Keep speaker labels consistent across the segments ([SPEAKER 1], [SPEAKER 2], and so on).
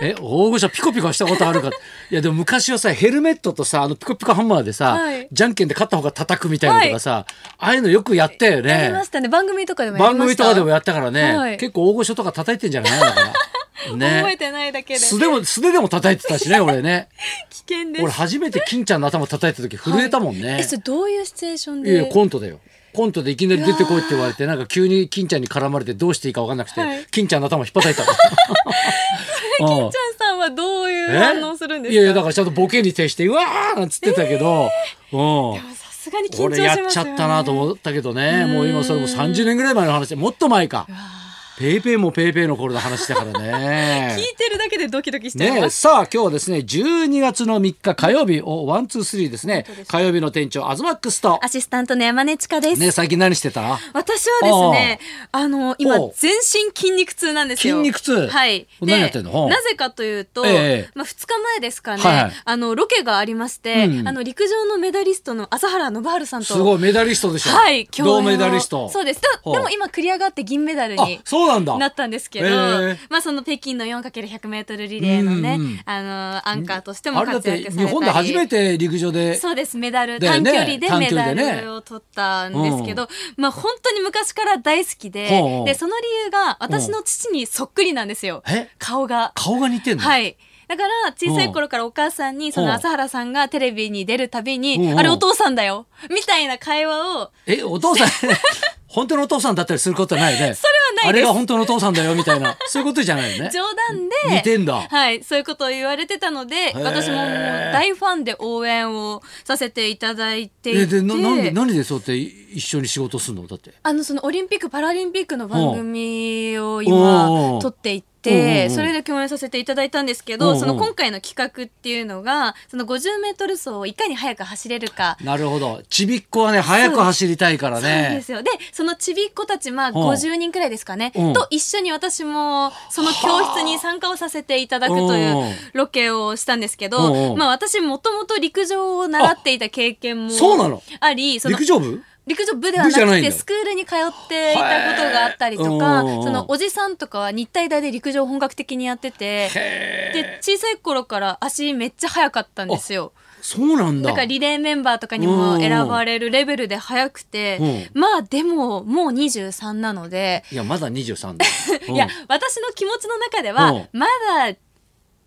[SPEAKER 1] え大御所ピコピコしたことあるか いやでも昔はさヘルメットとさあのピコピコハンマーでさ、
[SPEAKER 2] はい
[SPEAKER 1] じゃんけんで勝った方が叩くみたいなのとかさ、ああいうのよくやったよ
[SPEAKER 2] やり
[SPEAKER 1] ね
[SPEAKER 2] ましたね番組とかでもやり
[SPEAKER 1] 番
[SPEAKER 2] ま
[SPEAKER 1] 組
[SPEAKER 2] し
[SPEAKER 1] と
[SPEAKER 2] た
[SPEAKER 1] かでもやったからね、
[SPEAKER 2] はい
[SPEAKER 1] 結構大御所とか叩いてんじゃないだから
[SPEAKER 2] 覚え
[SPEAKER 1] ね
[SPEAKER 2] てないだけで
[SPEAKER 1] 素でも素手でも叩いてた しね俺ね
[SPEAKER 2] 危険です
[SPEAKER 1] 俺初めて金ちゃんの頭叩いた時震えたもんね、
[SPEAKER 2] えそれどういうシチュエーション
[SPEAKER 1] いやい
[SPEAKER 2] で
[SPEAKER 1] やコントだよコントでいきなり出てこいって言われてなんか急に金ちゃんに絡まれてどうしていいか分かんなくて、
[SPEAKER 2] はい
[SPEAKER 1] 金ちゃんの頭引っ叩いた うん
[SPEAKER 2] ちゃんさんはどういう
[SPEAKER 1] え
[SPEAKER 2] 反応するんですか
[SPEAKER 1] いやいやだからちゃんとボケに徹してうわーなんつってたけど、うん
[SPEAKER 2] さすがに緊張します
[SPEAKER 1] 俺
[SPEAKER 2] よ、ね、
[SPEAKER 1] やっちゃったなと
[SPEAKER 2] っ
[SPEAKER 1] 思ったけどねもう今それも30年ぐらい前の話でもっと前かペイペイもペイペイの頃の 話だからね
[SPEAKER 2] 聞いてるだけでドキドキしちゃい
[SPEAKER 1] ね
[SPEAKER 2] ま
[SPEAKER 1] え
[SPEAKER 2] す、
[SPEAKER 1] さあ今日はですね12月の3日火曜日をワンツースリーですね
[SPEAKER 2] 当です
[SPEAKER 1] 火曜日の店長アズマックスと
[SPEAKER 2] アシスタントの山根千佳です、
[SPEAKER 1] ね最近何してた
[SPEAKER 2] 私はですねあの今
[SPEAKER 1] おう
[SPEAKER 2] 全身筋肉痛なんですよ
[SPEAKER 1] 筋肉痛
[SPEAKER 2] はい
[SPEAKER 1] 何やってんのほう
[SPEAKER 2] なぜかというと、
[SPEAKER 1] ええ
[SPEAKER 2] まあ、2日前ですかね、
[SPEAKER 1] はいはい
[SPEAKER 2] あのロケがありまして、
[SPEAKER 1] うん
[SPEAKER 2] あの陸上のメダリストの朝原信治さんと
[SPEAKER 1] すごいメダリストでしょ、
[SPEAKER 2] はい共
[SPEAKER 1] 銅
[SPEAKER 2] 演を
[SPEAKER 1] メダリスト
[SPEAKER 2] そうです
[SPEAKER 1] ほ
[SPEAKER 2] で
[SPEAKER 1] う
[SPEAKER 2] でも今繰り上がって銀メダル
[SPEAKER 1] あ
[SPEAKER 2] に
[SPEAKER 1] そうなんだ
[SPEAKER 2] なったんですけど、
[SPEAKER 1] へえ
[SPEAKER 2] まあその北京の 4×100m リレーのね、
[SPEAKER 1] うんうん
[SPEAKER 2] あのアンカーとして
[SPEAKER 1] あ
[SPEAKER 2] も
[SPEAKER 1] れ
[SPEAKER 2] 活
[SPEAKER 1] だっ
[SPEAKER 2] 躍され
[SPEAKER 1] て
[SPEAKER 2] たり
[SPEAKER 1] 日本で初めて陸上で
[SPEAKER 2] そうですメダル、
[SPEAKER 1] だよ
[SPEAKER 2] 短
[SPEAKER 1] ね
[SPEAKER 2] 距離で
[SPEAKER 1] 短
[SPEAKER 2] メ
[SPEAKER 1] 距離
[SPEAKER 2] ダ
[SPEAKER 1] でね
[SPEAKER 2] ルを取ったんですけど、まあ本当に昔から大好きで、
[SPEAKER 1] ほうほう
[SPEAKER 2] でその理由が私の父にそっくりなんですよ、
[SPEAKER 1] え
[SPEAKER 2] 顔が。
[SPEAKER 1] 顔が似てんの、
[SPEAKER 2] はいだから小さい頃からお母さんにその朝原さんがテレビに出るたび
[SPEAKER 1] うんう
[SPEAKER 2] に
[SPEAKER 1] ん
[SPEAKER 2] あれお父さんだよみたいな会話を
[SPEAKER 1] えお父さん 本当のお父さんだったりすることはないよね
[SPEAKER 2] それはない
[SPEAKER 1] あれ
[SPEAKER 2] です
[SPEAKER 1] が本当のお父さんだよみたい なそういうことじゃないよね
[SPEAKER 2] 冗談で
[SPEAKER 1] 似てんだ
[SPEAKER 2] はい、そういうことを言われてたので
[SPEAKER 1] ー
[SPEAKER 2] 私ももう大ファンで応援をさせていただいていて
[SPEAKER 1] えでななんで何でそうやって一緒に仕事するのだって
[SPEAKER 2] あのそのオリンピック・パラリンピックの番組を
[SPEAKER 1] おうお
[SPEAKER 2] 今
[SPEAKER 1] う
[SPEAKER 2] 撮ってい
[SPEAKER 1] お
[SPEAKER 2] て。
[SPEAKER 1] うおう
[SPEAKER 2] それで共演させていただいたんですけ
[SPEAKER 1] おう
[SPEAKER 2] ど
[SPEAKER 1] おう
[SPEAKER 2] その今回の企画っていうのがその 50m 走をいかに速く走れるか
[SPEAKER 1] なるほどちびっこはね早く走りたいから
[SPEAKER 2] そうで
[SPEAKER 1] ね
[SPEAKER 2] すよでそのちびっ子たちまあ
[SPEAKER 1] ほう
[SPEAKER 2] 50人くらいですかね
[SPEAKER 1] うん
[SPEAKER 2] と一緒に私もその教室に参加をさせていただくと
[SPEAKER 1] おうお
[SPEAKER 2] いううロケをしたんですけ
[SPEAKER 1] おうお
[SPEAKER 2] ど
[SPEAKER 1] う
[SPEAKER 2] まあ私もともと陸上を習っていた経験も
[SPEAKER 1] そうなの
[SPEAKER 2] ありその
[SPEAKER 1] 陸上部
[SPEAKER 2] 陸上部ではな
[SPEAKER 1] 部じゃな
[SPEAKER 2] く
[SPEAKER 1] いん
[SPEAKER 2] て
[SPEAKER 1] だ
[SPEAKER 2] スクールに通っていたことがあったりとか
[SPEAKER 1] へー
[SPEAKER 2] そのおじさんとかは日体大で陸上を本格的にやっててで小さい頃から足めっちゃ速かったんですよ。
[SPEAKER 1] そうなんだ
[SPEAKER 2] だからリレーメンバーとかにも選ばれるレベルで速くて、まあでももう23なので、
[SPEAKER 1] いやまだ23だ
[SPEAKER 2] いや
[SPEAKER 1] うん
[SPEAKER 2] 私の気持ちの中で
[SPEAKER 1] うん
[SPEAKER 2] はまだ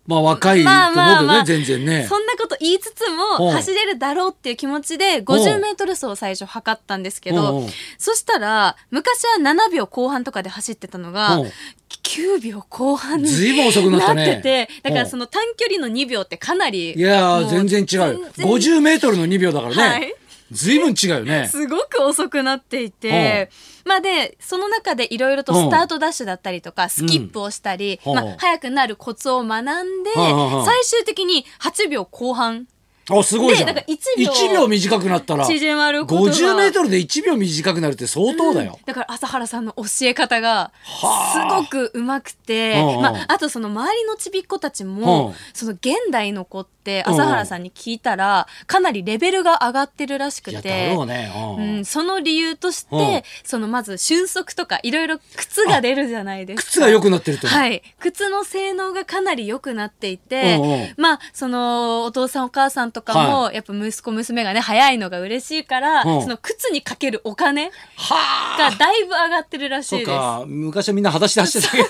[SPEAKER 1] まあ若いと思うけどね、
[SPEAKER 2] まあまあまあ
[SPEAKER 1] 全然ね
[SPEAKER 2] そんなこと言いつつ
[SPEAKER 1] う
[SPEAKER 2] も
[SPEAKER 1] ん
[SPEAKER 2] 走れるだろうっていう気持ちで50メートル走を最初測ったんですけ
[SPEAKER 1] うんう
[SPEAKER 2] ど
[SPEAKER 1] ん、
[SPEAKER 2] そしたら昔は7秒後半とかで走ってたのが
[SPEAKER 1] うん
[SPEAKER 2] 9秒後半に
[SPEAKER 1] ずいぶん遅くなった
[SPEAKER 2] なっ
[SPEAKER 1] ね
[SPEAKER 2] てて、だから
[SPEAKER 1] うん
[SPEAKER 2] その短距離の2秒ってかなり
[SPEAKER 1] いやー
[SPEAKER 2] も
[SPEAKER 1] 全然違うよ
[SPEAKER 2] 全然
[SPEAKER 1] 50メートルの2秒だからね、
[SPEAKER 2] はい
[SPEAKER 1] ずいぶん違うよね
[SPEAKER 2] すごく遅くなっていて、まあでその中でいろいろとスタートダッシュだったりとかスキップをしたり、
[SPEAKER 1] うん
[SPEAKER 2] ま
[SPEAKER 1] ほう
[SPEAKER 2] あ、早くなるコツを学んで
[SPEAKER 1] はあはあ
[SPEAKER 2] 最終的に8秒後半
[SPEAKER 1] あすごいじゃん
[SPEAKER 2] でなんか一秒
[SPEAKER 1] 一秒短くなったら
[SPEAKER 2] 縮まることが
[SPEAKER 1] 50メートルで1秒短くなるって相当だよ、
[SPEAKER 2] だから朝原さんの教え方がす
[SPEAKER 1] はあ
[SPEAKER 2] ごくうまくて、
[SPEAKER 1] うんうん
[SPEAKER 2] まあ、あとその周りのちびっ子たちも、
[SPEAKER 1] うん
[SPEAKER 2] その現代の子って朝原さんに聞いたらかなりレベルが上がってるらしく
[SPEAKER 1] いや
[SPEAKER 2] て
[SPEAKER 1] だ。ろうね、う
[SPEAKER 2] うんん、その理由として、
[SPEAKER 1] うん
[SPEAKER 2] そのまず俊足とかいろいろ靴が出るじゃないですか。
[SPEAKER 1] 靴が良くなってると思う、
[SPEAKER 2] はい。靴の性能がかなり良くなっていて、
[SPEAKER 1] うんうん
[SPEAKER 2] まあ、その、お父さんお母さんとかも、やっぱ息子娘がね、早いのが嬉しいから、
[SPEAKER 1] うん
[SPEAKER 2] その靴にかけるお金
[SPEAKER 1] はあ
[SPEAKER 2] がだいぶ上がってるらしい
[SPEAKER 1] そう
[SPEAKER 2] です。
[SPEAKER 1] か昔はみんな裸足で走って たけど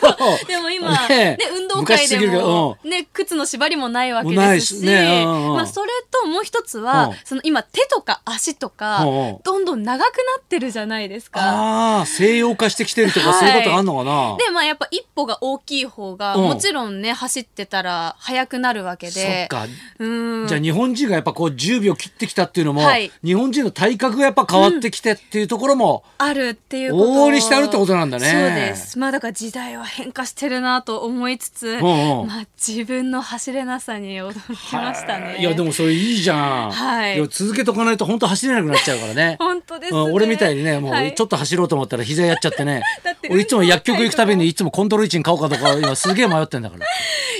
[SPEAKER 2] でも今、
[SPEAKER 1] ね
[SPEAKER 2] ね
[SPEAKER 1] え、
[SPEAKER 2] 運動会で
[SPEAKER 1] 昔すぎるけ
[SPEAKER 2] も
[SPEAKER 1] ど、
[SPEAKER 2] ね、靴の縛りもないわけ
[SPEAKER 1] もうな
[SPEAKER 2] で
[SPEAKER 1] い
[SPEAKER 2] す
[SPEAKER 1] し
[SPEAKER 2] し、
[SPEAKER 1] ねうんうん
[SPEAKER 2] まあ、それともう一つは、
[SPEAKER 1] うん
[SPEAKER 2] その今、手とか足とか、
[SPEAKER 1] うんうん
[SPEAKER 2] どんどん長くなってるじゃないですか。
[SPEAKER 1] ああ西洋化してきてるとか
[SPEAKER 2] はい
[SPEAKER 1] そういうことあんのかな、
[SPEAKER 2] で、まあ、やっぱ一歩が大きい方が、
[SPEAKER 1] うん
[SPEAKER 2] もちろんね、走ってたら速くなるわけ
[SPEAKER 1] そっ
[SPEAKER 2] で。
[SPEAKER 1] か、
[SPEAKER 2] うん。
[SPEAKER 1] じゃあ日本人がやっぱこう10秒切ってきたっていうのも、
[SPEAKER 2] はい
[SPEAKER 1] 日本人の体格がやっぱ変わってきてっていうところも、
[SPEAKER 2] あるっていうこと
[SPEAKER 1] 往々にしてあるってことなんだね
[SPEAKER 2] そうです。まあだから時代は変化してるなと思いつつ、
[SPEAKER 1] んうん
[SPEAKER 2] まあ自分の走れなさに驚きましたね。
[SPEAKER 1] いやでもそれいいじゃん、
[SPEAKER 2] はい
[SPEAKER 1] や続けとかないと本当走れなくなっちゃうから ね
[SPEAKER 2] 本当ですね
[SPEAKER 1] うん俺みたいにねも
[SPEAKER 2] は
[SPEAKER 1] う
[SPEAKER 2] い
[SPEAKER 1] ちょっと走ろうと思ったら膝やっちゃってね
[SPEAKER 2] だって
[SPEAKER 1] 俺いつも薬局行くたびにいつもコントロール位置に買おうかとか今すげえ迷ってんだから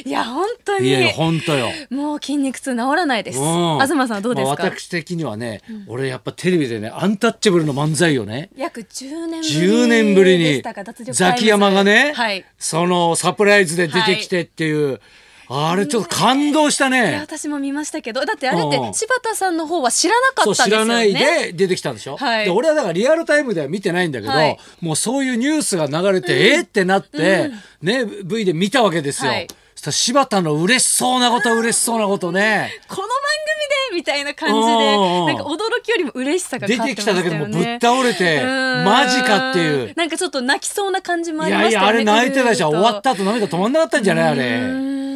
[SPEAKER 2] いや本当に
[SPEAKER 1] いやいや本当よ。
[SPEAKER 2] もう筋肉痛治らないです。
[SPEAKER 1] うん
[SPEAKER 2] 東さんはどうです
[SPEAKER 1] まあ
[SPEAKER 2] か、
[SPEAKER 1] 私的にはね、俺やっぱテレビでねアンタッチャブルの漫才をね
[SPEAKER 2] 約10年ぶり
[SPEAKER 1] 10年ぶり
[SPEAKER 2] で
[SPEAKER 1] に
[SPEAKER 2] したか脱力タイムズ
[SPEAKER 1] ザキヤマがね、
[SPEAKER 2] はい
[SPEAKER 1] そのサプライズで出てきてっていう、あれちょっと感動した
[SPEAKER 2] いや
[SPEAKER 1] ね。
[SPEAKER 2] 私も見ましたけどだってあれ
[SPEAKER 1] う
[SPEAKER 2] っ
[SPEAKER 1] んうん
[SPEAKER 2] て柴田さんの方は知らなか
[SPEAKER 1] そう
[SPEAKER 2] ったん
[SPEAKER 1] 知
[SPEAKER 2] です
[SPEAKER 1] ら
[SPEAKER 2] よね
[SPEAKER 1] ないで出てきたんでしょ、
[SPEAKER 2] はい
[SPEAKER 1] で俺はだからリアルタイムでは見てないんだけど、
[SPEAKER 2] はい
[SPEAKER 1] もうそういうニュースが流れて、えーってなって、ね V で見たわけですよ、
[SPEAKER 2] はい
[SPEAKER 1] そしたら柴田の嬉しそうなこと嬉しそうなことね
[SPEAKER 2] この番組でみたいな感じ
[SPEAKER 1] うんうんうん
[SPEAKER 2] でなんか驚きよりも嬉しさが
[SPEAKER 1] 出
[SPEAKER 2] 勝
[SPEAKER 1] て
[SPEAKER 2] って
[SPEAKER 1] き
[SPEAKER 2] ましたよ
[SPEAKER 1] だ
[SPEAKER 2] ね
[SPEAKER 1] けでもうぶっ倒れてマジかっていう
[SPEAKER 2] ーんなんかちょっと泣きそうな感じもあ
[SPEAKER 1] い
[SPEAKER 2] りま
[SPEAKER 1] や
[SPEAKER 2] し
[SPEAKER 1] い
[SPEAKER 2] たよね
[SPEAKER 1] やあれ泣いてたじゃん
[SPEAKER 2] 見
[SPEAKER 1] 終
[SPEAKER 2] ると
[SPEAKER 1] わった後涙止まんなかったんじゃないあれ。
[SPEAKER 2] うーん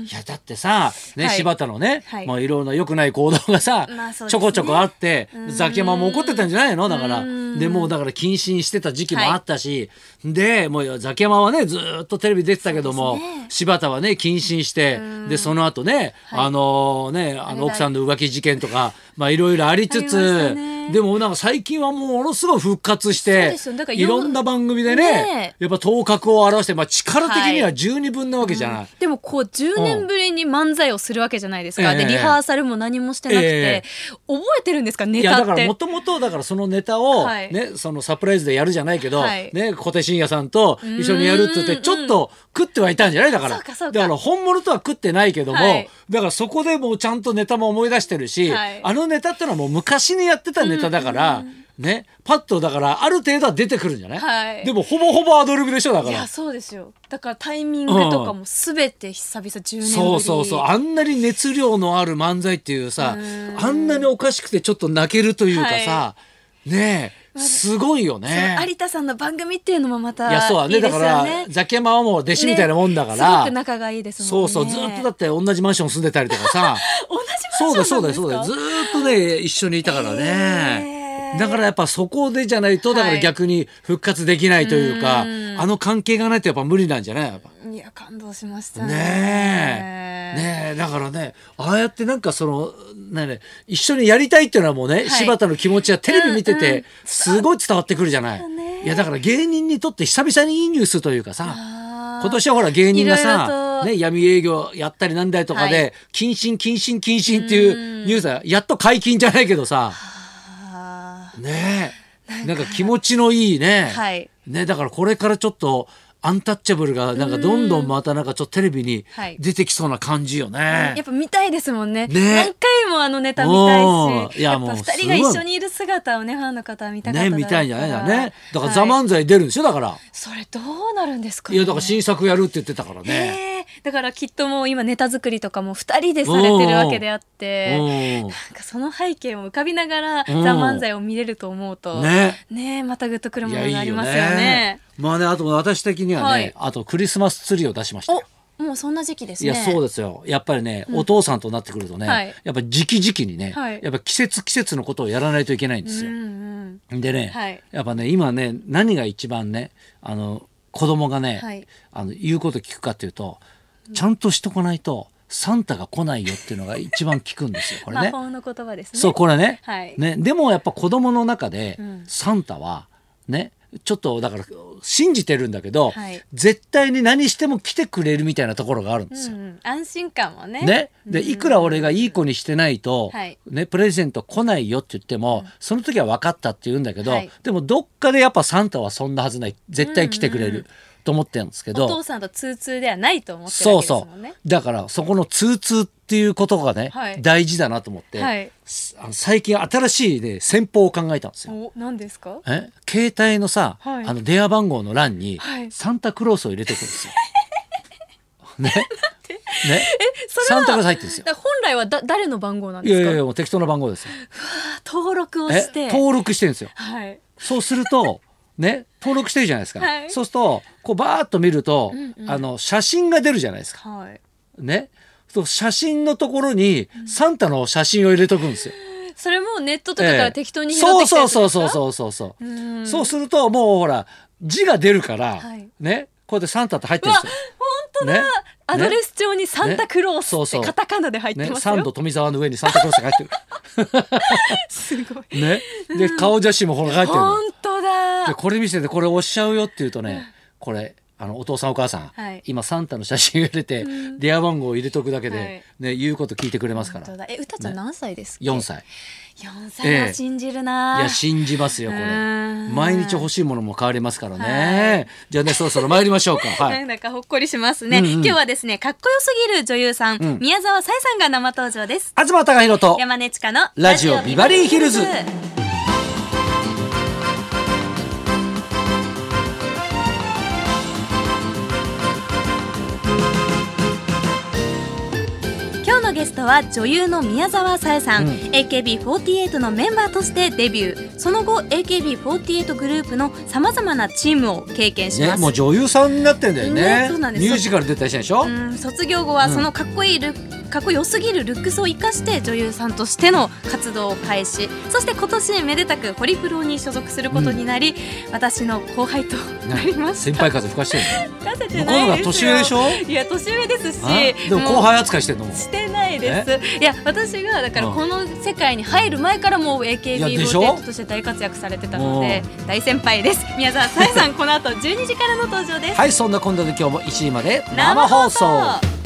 [SPEAKER 1] いやだってさ、ね
[SPEAKER 2] はい
[SPEAKER 1] 柴田のね、
[SPEAKER 2] はい
[SPEAKER 1] まあ、いろんな良くない行動がさ、
[SPEAKER 2] まあそうですね
[SPEAKER 1] ちょこちょこあって
[SPEAKER 2] ん
[SPEAKER 1] ザキヤマも怒ってたんじゃないのだから
[SPEAKER 2] うーん
[SPEAKER 1] でもうだから謹慎してた時期もあったし、でもうザキヤマはねずーっとテレビ出てたけども、
[SPEAKER 2] そうですね
[SPEAKER 1] 柴田はね謹慎してでその後ね、
[SPEAKER 2] はい
[SPEAKER 1] あのねあ
[SPEAKER 2] あれ
[SPEAKER 1] の
[SPEAKER 2] だ
[SPEAKER 1] 奥さんの浮気事件とかまあいろいろありつ
[SPEAKER 2] ありまし
[SPEAKER 1] つ
[SPEAKER 2] たね
[SPEAKER 1] でもなんか最近はもうものすごい復活し
[SPEAKER 2] そう
[SPEAKER 1] て
[SPEAKER 2] ですよだから
[SPEAKER 1] いろんな番組でね
[SPEAKER 2] ね
[SPEAKER 1] やっぱ頭角を現して、まあ、力的に
[SPEAKER 2] は
[SPEAKER 1] はい十二分なわけじゃない
[SPEAKER 2] でもこう10年ぶりに漫才をするわけじゃないですか、
[SPEAKER 1] うんえ
[SPEAKER 2] で
[SPEAKER 1] え
[SPEAKER 2] リハーサルも何もしてなくて
[SPEAKER 1] え、
[SPEAKER 2] 覚えてるんですかネ
[SPEAKER 1] いや
[SPEAKER 2] タ
[SPEAKER 1] だ
[SPEAKER 2] っ
[SPEAKER 1] から
[SPEAKER 2] て
[SPEAKER 1] もともとだからそのネタを、
[SPEAKER 2] はい
[SPEAKER 1] ねそのサプライズでやるじゃないけど、
[SPEAKER 2] はい
[SPEAKER 1] ね小手伸也さんと一緒にやるって言って
[SPEAKER 2] うーん
[SPEAKER 1] ちょっと食ってはいたんじゃないだから
[SPEAKER 2] そうかそうか
[SPEAKER 1] だから本物とは食ってないけども、
[SPEAKER 2] はい
[SPEAKER 1] だからそこでもうちゃんとネタも思い出してるし、
[SPEAKER 2] はい
[SPEAKER 1] あのネタってのはもう昔にやってたネタだから、ねパッとだからある程度は出てくるんじゃない、
[SPEAKER 2] はい
[SPEAKER 1] でもほぼほぼアドリブでしょだか
[SPEAKER 2] い
[SPEAKER 1] ら
[SPEAKER 2] や。そうですよだからタイミングとかも全て久々10年ぶり
[SPEAKER 1] そうそうそうあんなに熱量のある漫才っていうさ
[SPEAKER 2] うん
[SPEAKER 1] あんなにおかしくてちょっと泣けるというかさ、ねえすごいよね。
[SPEAKER 2] その有田さんの番組っていうのもまた
[SPEAKER 1] いやそうだ
[SPEAKER 2] い
[SPEAKER 1] ね
[SPEAKER 2] いで
[SPEAKER 1] だ
[SPEAKER 2] す
[SPEAKER 1] か
[SPEAKER 2] よ
[SPEAKER 1] ら
[SPEAKER 2] ね
[SPEAKER 1] ザキヤマはもう弟子みたいなもんだか
[SPEAKER 2] ねす
[SPEAKER 1] ら、
[SPEAKER 2] ごく仲がいいですもん
[SPEAKER 1] そ
[SPEAKER 2] ね
[SPEAKER 1] うそうずっとだって同じマンション住んでたりとか さそ
[SPEAKER 2] 同
[SPEAKER 1] う
[SPEAKER 2] じマ
[SPEAKER 1] だ
[SPEAKER 2] ンショ
[SPEAKER 1] そ
[SPEAKER 2] ン
[SPEAKER 1] う
[SPEAKER 2] なん
[SPEAKER 1] だ
[SPEAKER 2] ですか
[SPEAKER 1] そうだずっとね一緒にいたからね、
[SPEAKER 2] へえ
[SPEAKER 1] だからやっぱそこでじゃないとだから
[SPEAKER 2] はい
[SPEAKER 1] 逆に復活できないというか、
[SPEAKER 2] うん
[SPEAKER 1] あの関係がないとやっぱ無理なんじゃないやっぱ
[SPEAKER 2] いや感動しました
[SPEAKER 1] ね
[SPEAKER 2] ね
[SPEAKER 1] え。ねえ、だからね、ああやってなんかその、ねえねえ一緒にやりたいっていうのはもうね、
[SPEAKER 2] い
[SPEAKER 1] 柴田の気持ちはテレビ見て
[SPEAKER 2] うんう
[SPEAKER 1] て
[SPEAKER 2] ん、
[SPEAKER 1] すごい伝わってくるじゃない。
[SPEAKER 2] そうだね
[SPEAKER 1] いや、だから芸人にとって久々にいいニュースというかさ、
[SPEAKER 2] あー
[SPEAKER 1] 今年はほら芸人が
[SPEAKER 2] いろい
[SPEAKER 1] さ
[SPEAKER 2] ろ、と
[SPEAKER 1] ね、闇営業やったりなんだりとか
[SPEAKER 2] は
[SPEAKER 1] で
[SPEAKER 2] い、
[SPEAKER 1] 謹慎、謹慎、謹慎っていうニュースが、やっと解禁じゃないけどさ、
[SPEAKER 2] あ
[SPEAKER 1] ねえ、なんか気持ちのいいね
[SPEAKER 2] ー、はい
[SPEAKER 1] ね、だからこれからちょっとアンタッチャブルがなんかどんどんまたなんかちょっとテレビに
[SPEAKER 2] はい
[SPEAKER 1] 出てきそうな感じよね。
[SPEAKER 2] やっぱ見たいですもんね
[SPEAKER 1] ね
[SPEAKER 2] 何回もあのネタ見た
[SPEAKER 1] お
[SPEAKER 2] い
[SPEAKER 1] ー
[SPEAKER 2] し
[SPEAKER 1] いや
[SPEAKER 2] っ
[SPEAKER 1] もう
[SPEAKER 2] ぱ
[SPEAKER 1] すごい
[SPEAKER 2] 2人が一緒にいる姿をねファンの方は見たかっ
[SPEAKER 1] ね
[SPEAKER 2] ただろう
[SPEAKER 1] み
[SPEAKER 2] か
[SPEAKER 1] た
[SPEAKER 2] ら
[SPEAKER 1] いじゃないだね。だから「
[SPEAKER 2] はい
[SPEAKER 1] ザ漫才出るんでしょだから。
[SPEAKER 2] それどうなるんですか
[SPEAKER 1] い
[SPEAKER 2] ね
[SPEAKER 1] やだから新作やるって言ってたからね。
[SPEAKER 2] へえだからきっともう今ネタ作りとかも2人でされてるわけであっ
[SPEAKER 1] う
[SPEAKER 2] て
[SPEAKER 1] ん。
[SPEAKER 2] なんかその背景も浮かびながら「ザ・
[SPEAKER 1] うん
[SPEAKER 2] 漫才」を見れると思うと
[SPEAKER 1] ね
[SPEAKER 2] ねえまたグッとくる
[SPEAKER 1] い
[SPEAKER 2] も
[SPEAKER 1] や
[SPEAKER 2] の
[SPEAKER 1] い
[SPEAKER 2] があ
[SPEAKER 1] い
[SPEAKER 2] り
[SPEAKER 1] よ
[SPEAKER 2] ますよね
[SPEAKER 1] ね。。まあねあと私的にはね、
[SPEAKER 2] はい
[SPEAKER 1] あとクリスマスツリーを出しましたよ。
[SPEAKER 2] おもうそんな時期です
[SPEAKER 1] い
[SPEAKER 2] ね。
[SPEAKER 1] やそうですよやっぱりね、お父さんとなってくるとね、
[SPEAKER 2] はい
[SPEAKER 1] やっぱ時期時期にね、
[SPEAKER 2] はい
[SPEAKER 1] やっぱ季節季節のことをやらないといけないんですよ。
[SPEAKER 2] うんうん
[SPEAKER 1] でね、
[SPEAKER 2] はい
[SPEAKER 1] やっぱね今ね何が一番ねあの子供がね、
[SPEAKER 2] はい
[SPEAKER 1] あの言うこと聞くかっていうとちゃんとしとかないとサンタが来ないよっていうのが一番聞くんですよこれね
[SPEAKER 2] 魔。法の言葉ですね。
[SPEAKER 1] そうこれね,、
[SPEAKER 2] はい
[SPEAKER 1] ねでもやっぱ子供の中で、
[SPEAKER 2] うん
[SPEAKER 1] サンタはねちょっとだから信じてるんだけど、
[SPEAKER 2] はい
[SPEAKER 1] 絶対に何しても来てくれるみたいなところがあるんですよ。
[SPEAKER 2] うんうん安心感もね。
[SPEAKER 1] ね、で
[SPEAKER 2] うん
[SPEAKER 1] いくら俺がいい子にしてないと、
[SPEAKER 2] はい
[SPEAKER 1] ね、プレゼント来ないよって言っても、その時は分かったって言うんだけど、
[SPEAKER 2] はい
[SPEAKER 1] でもどっかでやっぱサンタはそんなはずない絶対来てくれ
[SPEAKER 2] うんう
[SPEAKER 1] ると思ってるんですけど、
[SPEAKER 2] お父さんと通通ではないと思ってる
[SPEAKER 1] そ
[SPEAKER 2] わ
[SPEAKER 1] う
[SPEAKER 2] けです
[SPEAKER 1] そ
[SPEAKER 2] もんね。
[SPEAKER 1] うだからそこの通通っていうことがね、
[SPEAKER 2] はい
[SPEAKER 1] 大事だなと思って、
[SPEAKER 2] はい
[SPEAKER 1] すあの最近新しい、ね、戦法を考えたんですよ。
[SPEAKER 2] お何ですか？
[SPEAKER 1] え携帯のさ、
[SPEAKER 2] はい
[SPEAKER 1] あの電話番号の欄に、
[SPEAKER 2] はい
[SPEAKER 1] サンタクロースを入れておくん ですよ。ねね
[SPEAKER 2] それ
[SPEAKER 1] サ
[SPEAKER 2] は
[SPEAKER 1] ンタクロース入ってるんですよ。
[SPEAKER 2] だから本来はだ誰の番号なん
[SPEAKER 1] い
[SPEAKER 2] で
[SPEAKER 1] や
[SPEAKER 2] すか？
[SPEAKER 1] いやいやもう適当な番号ですよ。
[SPEAKER 2] 登録を
[SPEAKER 1] え
[SPEAKER 2] して。
[SPEAKER 1] 登録してるんですよ。
[SPEAKER 2] はい。
[SPEAKER 1] そうするとね登録してるじゃないですか。
[SPEAKER 2] はい
[SPEAKER 1] そうするとこうバーッと見ると、
[SPEAKER 2] うんうん
[SPEAKER 1] あの写真が出るじゃないですか。
[SPEAKER 2] はい。
[SPEAKER 1] ね。そう写真のところにサンタの写真を入れとくんですよ。
[SPEAKER 2] それもネットとかから適当に拾ってきた
[SPEAKER 1] そ
[SPEAKER 2] や
[SPEAKER 1] う
[SPEAKER 2] つです
[SPEAKER 1] そ
[SPEAKER 2] か
[SPEAKER 1] うそうそうそうそうそうう。
[SPEAKER 2] ん。
[SPEAKER 1] そうするともうほら字が出るから、
[SPEAKER 2] はい
[SPEAKER 1] ねこうやってサンタって入って
[SPEAKER 2] う
[SPEAKER 1] る
[SPEAKER 2] わ
[SPEAKER 1] ん
[SPEAKER 2] 本
[SPEAKER 1] ですよ。
[SPEAKER 2] 当だ、
[SPEAKER 1] ね
[SPEAKER 2] アドレス帳にサンタクロー
[SPEAKER 1] ねそう
[SPEAKER 2] ス
[SPEAKER 1] そ
[SPEAKER 2] っ
[SPEAKER 1] う
[SPEAKER 2] てカタカナで入って
[SPEAKER 1] ね、
[SPEAKER 2] ます
[SPEAKER 1] サ
[SPEAKER 2] よ、
[SPEAKER 1] ンド富澤の上にサンタクロースが入って
[SPEAKER 2] すごい
[SPEAKER 1] る。ね、で顔写真もほら入ってるの
[SPEAKER 2] 本当だ
[SPEAKER 1] でこれ見せてこれ押しちゃうよって言うとねこれあのお父さんお母さん、
[SPEAKER 2] はい
[SPEAKER 1] 今サンタの写真入れて、
[SPEAKER 2] うん
[SPEAKER 1] 電話番号を入れとくだけで、
[SPEAKER 2] はい
[SPEAKER 1] ね、言うこと聞いてくれますか
[SPEAKER 2] 本当
[SPEAKER 1] ら
[SPEAKER 2] だえ、うたちゃん何歳ですか、
[SPEAKER 1] 4。歳
[SPEAKER 2] 4歳
[SPEAKER 1] ええ
[SPEAKER 2] は信じるな、
[SPEAKER 1] いや信じますよこれ
[SPEAKER 2] うん
[SPEAKER 1] 毎日欲しいものも変わりますから
[SPEAKER 2] は
[SPEAKER 1] ねじゃあねそろそろ参りましょう かは
[SPEAKER 2] ないんだかほっこりしますね、
[SPEAKER 1] うんうん
[SPEAKER 2] 今日はですね、かっこよすぎる女優さん、
[SPEAKER 1] うん
[SPEAKER 2] 宮沢さえさんが生登場です。
[SPEAKER 1] 東貴博と
[SPEAKER 2] 山根ちかの
[SPEAKER 1] ラジオビバリーヒルズ
[SPEAKER 2] 今日のゲストは女優の宮沢さえさん、
[SPEAKER 1] うん
[SPEAKER 2] AKB48 のメンバーとしてデビューその後 AKB48 グループのさまざまなチームを経験し
[SPEAKER 1] ね
[SPEAKER 2] ます、
[SPEAKER 1] もう女優さんになってんだよ
[SPEAKER 2] ね
[SPEAKER 1] ね
[SPEAKER 2] そうなんです
[SPEAKER 1] ミュージカル出たりしたでしょ、
[SPEAKER 2] うん卒業後はそのかっこいいルックかっこよすぎるルックスを生かして女優さんとしての活動を開始そして今年めでたくホリプロに所属することになり、私の後輩と
[SPEAKER 1] ね
[SPEAKER 2] なりまし
[SPEAKER 1] 先
[SPEAKER 2] た
[SPEAKER 1] 輩風吹かしてる
[SPEAKER 2] 出
[SPEAKER 1] の向こう
[SPEAKER 2] せて
[SPEAKER 1] のが
[SPEAKER 2] ないですよ
[SPEAKER 1] 年上 でしょ
[SPEAKER 2] いや年上ですし
[SPEAKER 1] あでも
[SPEAKER 2] う
[SPEAKER 1] 後輩扱いしてんのもん
[SPEAKER 2] してないですいや私がだからこの世界に入る前からもう
[SPEAKER 1] いやでしょ
[SPEAKER 2] AKB48 として大活躍されてたので大先輩です宮沢さえさんこの後12時からの登場です
[SPEAKER 1] はいそんな今度で今日も1時まで生放送
[SPEAKER 2] 生放送